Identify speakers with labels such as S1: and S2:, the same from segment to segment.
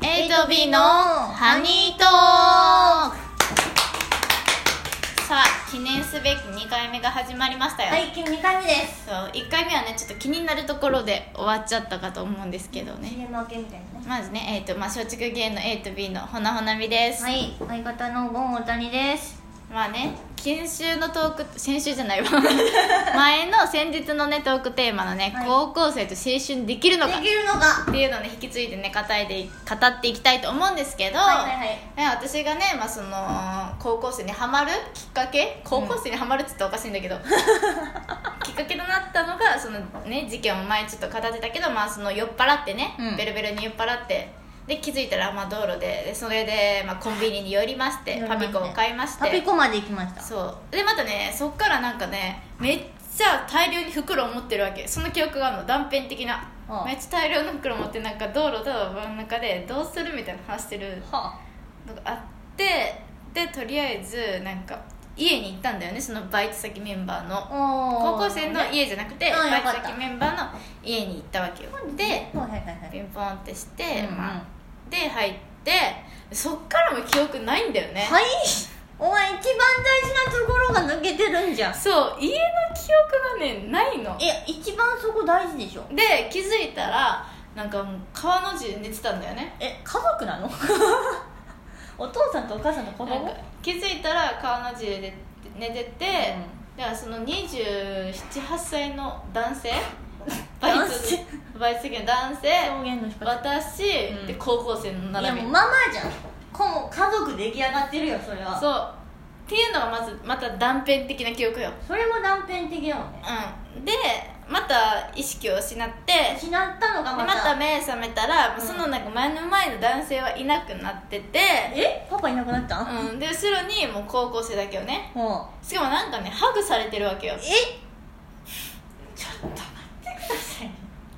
S1: 8B のハニートークさあ記念すべき2回目が始まりましたよ、
S2: はい、2回目です。
S1: そう1回目はねちょっと気になるところで終わっちゃったかと思うんですけどね
S2: CM 明けみたいなね。
S1: まずね、えーとまあ、松竹芸能 8B のほなほなみです、
S2: はい、相方のゴン大谷です。
S1: まあね先週のトーク先週じゃ ないわ前の先日のねトークテーマのね、
S2: はい
S1: 高校生と青春できるの
S2: で
S1: かっ
S2: きるのか。
S1: ていうのをね引き継いでね語いで語っていきたいと思うんですけど、
S2: はいはいはい。
S1: ね私がね、まあ、その高校生にハマるきっかけ高校生にハマるって言ったらおかしいんだけど、きっかけとなったのがその、ね、事件を前ちょっと語ってたけど、まあ、その酔っ払ってね、
S2: うん
S1: ベルベルに酔っ払ってで気づいたら、まあ、道路ででそれで、まあ、コンビニに寄りまして
S2: 寄り
S1: パ
S2: まし
S1: ピ
S2: て
S1: コを買いまして
S2: パピコまで行きました。
S1: そうでまたねそっからなんかねめっちゃ大量に袋を持ってるわけその記憶があるの断片的な
S2: ああ
S1: めっちゃ大量の袋を持ってなんか道路と真ん中でどうするみたいな話してる
S2: は
S1: のがあってでとりあえずなんか家に行ったんだよねそのバイト先メンバーの
S2: お
S1: 高
S2: ー
S1: 校生の家じゃなくて
S2: うん
S1: バイト
S2: よかっ
S1: 先
S2: た
S1: メンバーの家に行ったわけよで
S2: はいはいはいはい
S1: ピンポンってして、
S2: うんうん
S1: まあ、で入ってそっからも記憶ないんだよね、
S2: はいお前一番大事なところが抜けてるんじゃん
S1: そう家の記憶がねないの
S2: え一番そこ大事でしょ
S1: で気づいたらなんかもう川の字で寝てたんだよね
S2: え家族なの お父さんとお母さんと子
S1: なん
S2: 供
S1: か気づいたら川の字で寝てて、だからその278歳の男 性バイ
S2: 男性
S1: トバイト先の男性
S2: 表現の仕方
S1: 私、
S2: うん
S1: で高校生の
S2: いや
S1: 並び
S2: もうママじゃん子も家族出来上がってるよそれは
S1: そうっていうのがまずまた断片的な記憶よ
S2: それも断片的やもんね
S1: うんでまた意識を失って
S2: 失ったのが
S1: で
S2: ま
S1: ま
S2: た
S1: た目覚めたら、
S2: うん
S1: そのなんか前の前の男性はいなくなってて
S2: えパパいなくなったん、
S1: うん、で後ろにもう高校生だけをね
S2: うん、
S1: しかもなんかねハグされてるわけよ
S2: えちょっと待ってください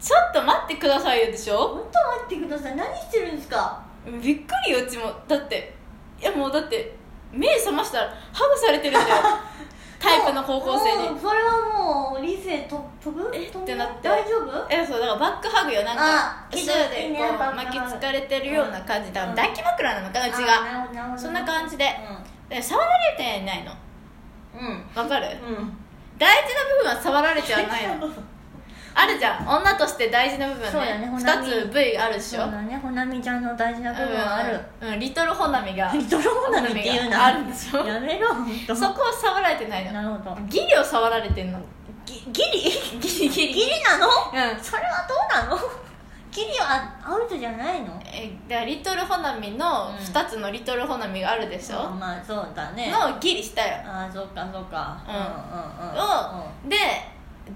S1: ちょっと待ってくださいよでしょ
S2: 本当待ってください何してるんですか
S1: びっくりようちもだっていやもうだって目覚ましたらハグされてるんだ よタイプの高校生
S2: も
S1: に
S2: うそれはもう理性と飛ぶ
S1: え
S2: 飛ぶ
S1: ってなって
S2: 大丈夫
S1: えそうだからバックハグよなんか
S2: あ
S1: 後ろ
S2: い
S1: で
S2: いね
S1: こう
S2: バックハ
S1: 巻
S2: グ
S1: きつかれてるような感じだから
S2: うん
S1: 抱き枕なのかなうち
S2: あ
S1: が
S2: なるほどなるほど
S1: そんな感じで
S2: う
S1: で触られてはいないの
S2: んうん
S1: わかる
S2: うん
S1: 大事な部分は触られてはないのあるじゃん女として大事な部分ね
S2: そうだねほなみ
S1: 2つ部位あるでし
S2: そう
S1: ょ
S2: だねほなみちゃんの大事な部分はある、
S1: うん、うん、リトルホナミが
S2: リトルほなみっていうな
S1: あるんでしょ
S2: やめろ本当
S1: そこは触られてないの
S2: なるほど
S1: ギリを触られてんの
S2: ギリ
S1: ギリギリ
S2: ギリなの
S1: うん
S2: それはどうなの ギリはアウトじゃないの
S1: えだからリトルホナミの2つのリトルホナミがあるでしょ、
S2: あまあそうだね
S1: のギリしたよ
S2: ああそうかそうか
S1: うん
S2: うんうんうんうん
S1: で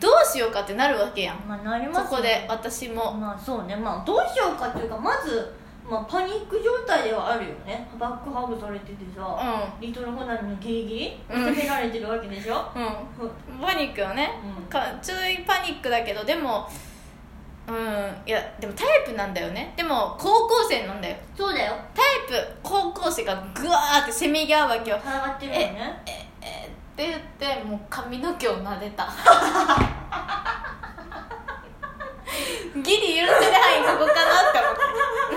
S1: どうしようかってなるわけやん
S2: まあなります
S1: そ
S2: ね
S1: こで私も
S2: まあそうねまあどうしようかっていうかまず、まあ、パニック状態ではあるよねバックハグされてて
S1: う
S2: さ、
S1: ん
S2: リトルホナミのギリギリ
S1: うん
S2: 責められてるわけでしょ、
S1: うんパニックよね
S2: うん
S1: かちょいパニックだけどでもうんいやでもタイプなんだよねでも高校生なんだよ
S2: そうだよ
S1: タイプ高校生がグワーってせめぎ合うわけよ
S2: 絡がってるよね
S1: えーって言ってもう髪の毛を撫でたギリ許せる範囲ここかなって思って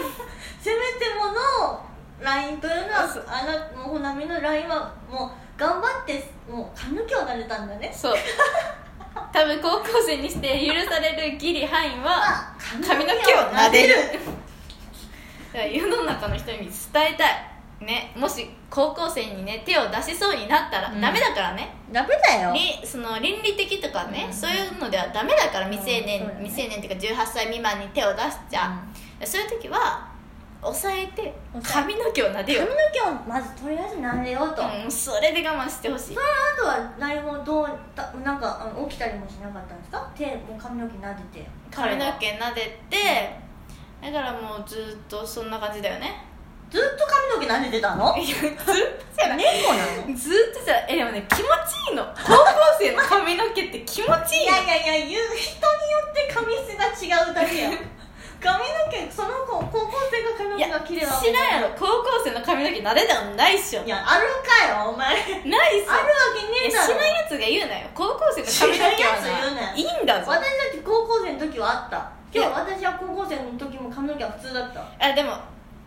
S2: せめてものラインというのは
S1: そう
S2: あなもうホナミのラインはもう頑張ってもう髪の毛を撫でたんだね
S1: そう多分高校生にして許されるギリ範囲は
S2: あ
S1: 髪の毛を撫でるだから世の中の人に伝えたいねもし高校生にね手を出しそうになったら、
S2: うん
S1: ダメだからね
S2: ダメだよ
S1: りその倫理的とかね、
S2: うん
S1: そういうのではダメだから未成年、
S2: うんそうだね
S1: 未成年っていうか18歳未満に手を出しちゃう、そういう時は抑えて
S2: 抑え
S1: 髪の毛を撫で
S2: 髪
S1: よ
S2: の毛をまずとりあえず撫でようと、
S1: うん、それで我慢してほしい
S2: あとは何もどうだなんかあの起きたりもしなかったんですか手もう髪の毛撫でて
S1: 髪の
S2: 彼は
S1: 毛撫でてだからもうずっとそんな感じだよね
S2: ずっと髪の毛撫でてたの
S1: いやずっとじゃない
S2: 猫な の
S1: ずっとじゃないえでもね気持ちいいの高校生の髪の毛って気持ちい
S2: い
S1: いの
S2: やいやいや言う人によって髪質が違う だけや髪の毛その子高校生が髪の
S1: いや
S2: 毛が綺麗なわけ
S1: 知らんやろ高校生の髪の毛撫でたのないっしょ
S2: いやあるかよお前あるわ
S1: ないっすよ
S2: けね
S1: いや
S2: え
S1: 知
S2: だ
S1: ら
S2: ろ
S1: んやつが言うなよ高校生の髪の毛
S2: 知らんやつ言うな
S1: は
S2: よ
S1: ないいんだぞ
S2: 私だって高校生の時はあった今日私は高校生の時も髪の毛は普通だった
S1: あでも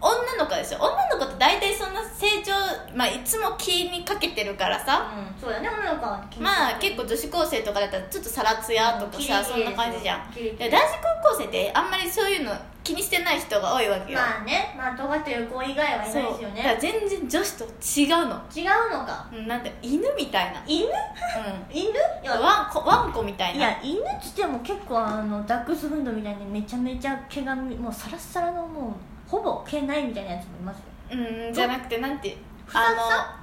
S1: 女の子ですよ女の子って大体そんな成長、まあ、いつも気にかけてるからさ、
S2: うんそうだね女の子は
S1: まあ結構女子高生とかだったらちょっとさらつやとかさ、そんな感じじゃんで男子高校生ってあんまりそういうの気にしてない人が多いわけよ、
S2: まあねまあ尖ってる子以外はいないです
S1: そう
S2: よ
S1: だから
S2: ね
S1: 全然女子と違うの
S2: 違うのか
S1: うんなんだ犬みたいな、
S2: 犬
S1: う
S2: 犬いや
S1: ん、ワンコワンコみたい
S2: い
S1: な
S2: や犬っつっても結構あのダックスフンドみたいにめちゃめちゃ毛がもうサラッサラのもうほぼ毛ないみたいなやつもいますよ
S1: うんじゃなくてなんて
S2: ふさふさ
S1: あ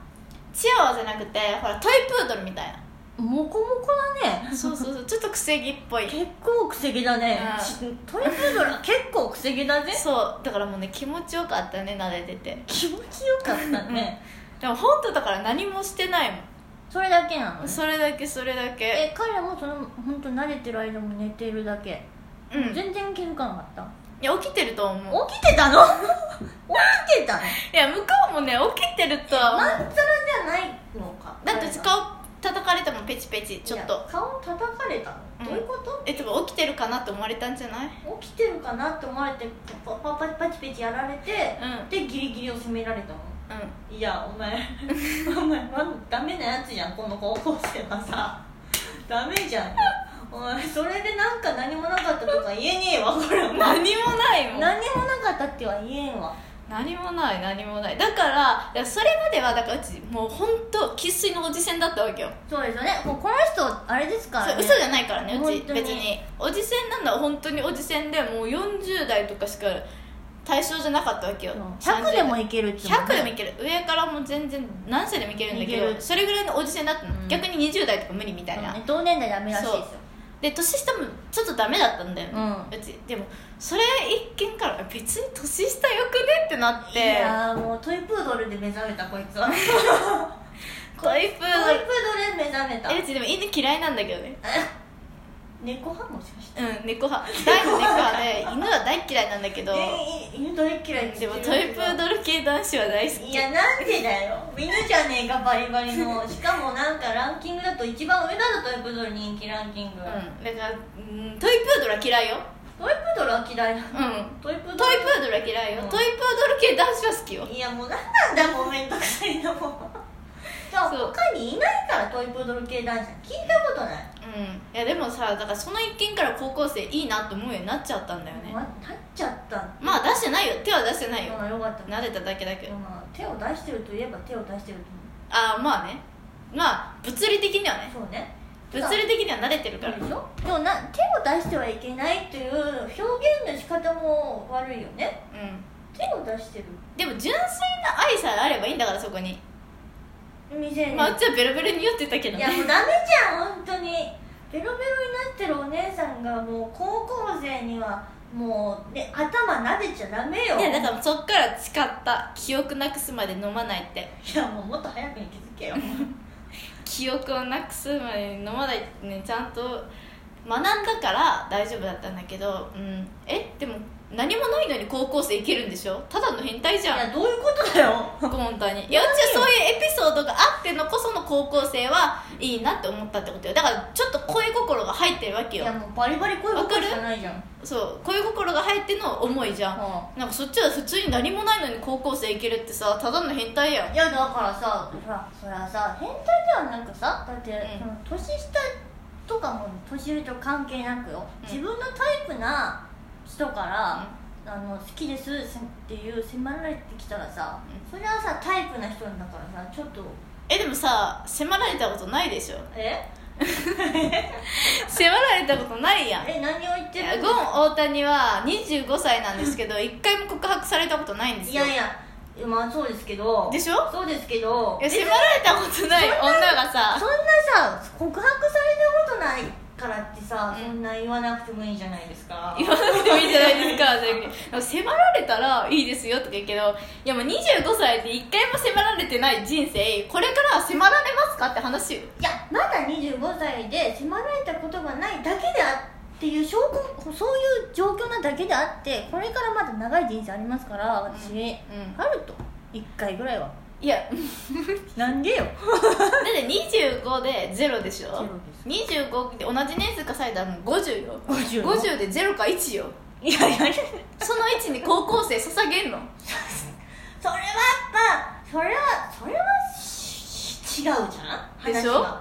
S1: のチワワじゃなくてほらトイプードルみたい
S2: モコモコだね
S1: な そうそうそうちょっとくせ毛っぽい
S2: 結構くせ毛だね
S1: うん
S2: ちトイプー ドルは結構くせ毛だね
S1: そうだからもうね気持ちよかったね撫でてて
S2: 気持ちよかったね
S1: でも本当だから何もしてないもん、
S2: それだけなのね
S1: それだけそれだけ
S2: え彼もその本当慣れてる間も寝てるだけ、
S1: うんい
S2: 全然気づかなかった
S1: や起きてると思う
S2: 起きてたの起きてたの
S1: いや向こうもね起きてるとは思
S2: ま
S1: うん
S2: ざらじゃないのか
S1: だって顔叩かれてもペチペチちょっ
S2: いや
S1: と
S2: 顔叩かれたの、
S1: うん
S2: どういうこと
S1: えでも起きてるかなって思われたんじゃない
S2: 起きてるかなって思われてパパパパチパチやられて
S1: うん
S2: でギリギリを責められたの
S1: うん
S2: いやお前お前、ま、ダメなやつじゃんこの高校生はさダメじゃんお前それでなんか何もなかったとか言えねえわこれは
S1: 何もないもん
S2: 何もなかったっては言えんわ
S1: 何もない何もないだからだからそれまではだからうちもう本当生粋のおじせんだったわけよ、
S2: そうですよねもうこの人あれですか
S1: そ
S2: ら、
S1: う
S2: ね、
S1: 嘘じゃないからねうち
S2: 本当に
S1: 別におじせんなんだ本当におじせんでもう40代とかしか対象じゃなかったわけよ
S2: そう100でも
S1: い
S2: いけるっつ
S1: 100でもいける上からもう全然何歳でもいけるんだけ
S2: いけ
S1: ど
S2: る
S1: それぐらいのおじせんだったの、
S2: うん
S1: 逆に20代とか無理みたいな、
S2: ね同年代ダメらしいですよ
S1: で年下もちょっとダメだったんだよね、
S2: う
S1: ちでもそれ一見から別に年下よくねってなっ
S2: い
S1: て
S2: やーもうトイプードルで目覚 めたこいつはトイ
S1: トイプ
S2: プ
S1: ードル
S2: ードルで目覚めた
S1: えうちでも犬嫌いなんだけどね
S2: 猫派もしかして
S1: うん猫 派大の猫派で犬は大嫌いなんだけど
S2: え犬大嫌いっ
S1: で
S2: て言
S1: も
S2: ってる
S1: トイプードル系男子は大好
S2: い
S1: き
S2: やなんでだよ犬じゃねえかバリバ リのしかもなんかランキングだと一番上だぞトイプードル人気ランキング、
S1: うんだから、うん、トイプードルは嫌いよ
S2: トイプードルは嫌いだ
S1: うん
S2: トイプードル
S1: トイプードルは嫌いよ、
S2: うん
S1: トイプードル系男子は好きよ
S2: いやもうなんなんだもうめんどくさいなもうじゃあ
S1: そう
S2: 他にいないからトイプードル系男子聞いたことない
S1: うんいやでもさだからその一見から高校生いいなと思うようになっちゃったんだよね
S2: なっちゃったん
S1: まあ出してないよ手は出してないよ
S2: まあよかった
S1: 撫でただけだけど
S2: まあ手を出してるといえば手を出してると
S1: ああまあねまあ物理的にはね
S2: 思うそうね
S1: 物理的には慣れてるから
S2: でしょでもな手を出してはいけないという表現の仕方も悪いよね
S1: うん
S2: 手を出してる
S1: でも純粋な愛さえあればいいんだからそこに
S2: 店に、
S1: まあうちはベロベロに酔ってたけどね
S2: いやもうダメじゃん本当にベロベロになってるお姉さんがもう高校生にはもう、ね、頭撫でちゃダメよ
S1: いやだからそっから誓った記憶なくすまで飲まないって
S2: いやもうもっと早くに気づけよ
S1: 記憶をなくすまで飲まないってねちゃんと学んだから大丈夫だったんだけど、うん、えでも何もないのに高校生いけるんでしょただの変態じ
S2: い
S1: ゃん
S2: やどういうことだよ
S1: 本当にいやうちはそういうエピソードがあってのこその高校生はいいなって思ったってことよだからちょっと恋心が入ってるわけ
S2: い
S1: よ
S2: やもうバリバリ声ばっかりしかないじゃん
S1: そう恋心が入っての思いじゃん
S2: は
S1: なんかそっちは普通に何もないのに高校生いけるってさただの変態やん
S2: いやだからさほらそりゃさ変態ではなくさだって、
S1: うん
S2: その年下とかも年上と関係なくよ、
S1: うん
S2: 自分のタイプな人から、あの好きですっていう迫られてきたらさ、それはさタイプな人だからさちょっと
S1: えでもさ迫られたことないでしょ
S2: え
S1: 迫られたことないやんい
S2: え何を言って
S1: や
S2: る
S1: ゴン大谷は25歳なんですけど一回も告白されたことないんです
S2: い
S1: よ
S2: やいやまあそうですけど
S1: でしょ
S2: そうですけど
S1: いや迫られたことない女がさ
S2: そんなさ告白されたことないからってさ、
S1: うん
S2: そんな言わなくてもいいじゃないですか
S1: 言わなくてもいいじゃないですか全然でも迫られたらいいですよとか言うけどいやもう25歳で一回も迫られてない人生これからは迫られますかって話よ
S2: いやまだ25歳で迫られたことがないだけであっていう証拠そういう状況なだけであってこれからまだ長い人生ありますから私、
S1: うん
S2: あると1回ぐらいはい
S1: や
S2: なんでよ
S1: だって25でゼロでしょ
S2: ゼロ
S1: 25で同じ年数かされたらもう50よ
S2: 50
S1: 50で0か1よ
S2: いやいやいや
S1: その位置に高校生捧げんの
S2: それはやっぱそれはそれはし違うじゃん
S1: で
S2: 話が
S1: しょ
S2: それは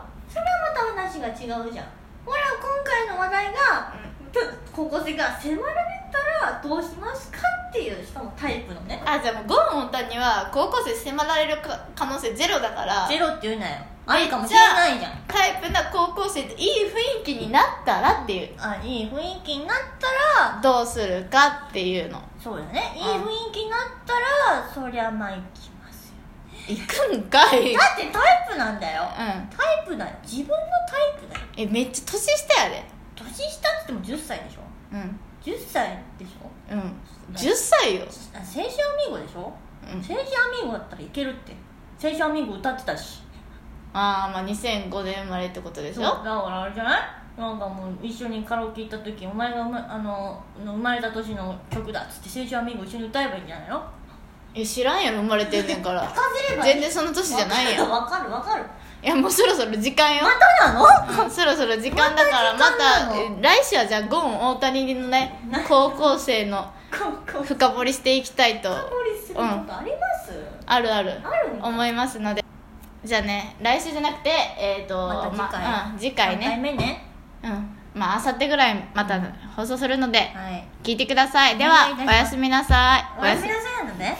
S2: また話が違うじゃんほら今回の話題がちょっと高校生が迫られたらどうしますかっていうしかもタイプのね
S1: あじゃあもうゴーン大谷は高校生迫られるか可能性ゼロだから
S2: ゼロって言うなよありかもしれないじゃん
S1: タイプな高校生でいい雰囲気になったらっていう
S2: あいい雰囲気になったら
S1: どうするかっていうの
S2: そうだねいい
S1: うん
S2: 雰囲気になったらそりゃまあ行きますよ
S1: 行くんかいうん
S2: だってタイプなんだよタイプだよ自分のタイプだよ
S1: えめっちゃ年下やで
S2: 年下って言っても10歳でしょ
S1: うん
S2: 10歳でしょ
S1: うん10歳よ、
S2: あ青春アミーゴでしょ
S1: うん、
S2: 青春アミーゴだったらいけるって青春アミーゴ歌ってたし
S1: ああまあ2005年生まれってことでし
S2: そうだか
S1: ょ
S2: らあれじゃないなんかもう一緒にカラオケ行った時お前が生まあの生まれた年の曲だっつって青春アミーゴ一緒に歌えばいいんじゃないの
S1: え知らんやろ生まれてんねんか ら
S2: せれ
S1: 全然その年じゃないやんい
S2: わかるわかる
S1: やもうそろそろ時間よ
S2: またなの
S1: うんそろそろ時間だからま
S2: また時間
S1: た
S2: なの
S1: え来週はじゃあゴーン大谷のね
S2: な
S1: 高校生の
S2: ここ
S1: 深掘りしていきたいと
S2: 深掘りすることあります、
S1: あるある
S2: あるんだ
S1: 思いますのでじゃあね来週じゃなくてえっ、と
S2: また次回、
S1: まうん、次回
S2: 三回
S1: ね
S2: 目ね
S1: うんまあ明後日ぐらいまた放送するので
S2: はい
S1: 聞いてくださいで
S2: お願いい
S1: は
S2: たし
S1: お
S2: ます
S1: やすみなさい
S2: おやすみなさいなのね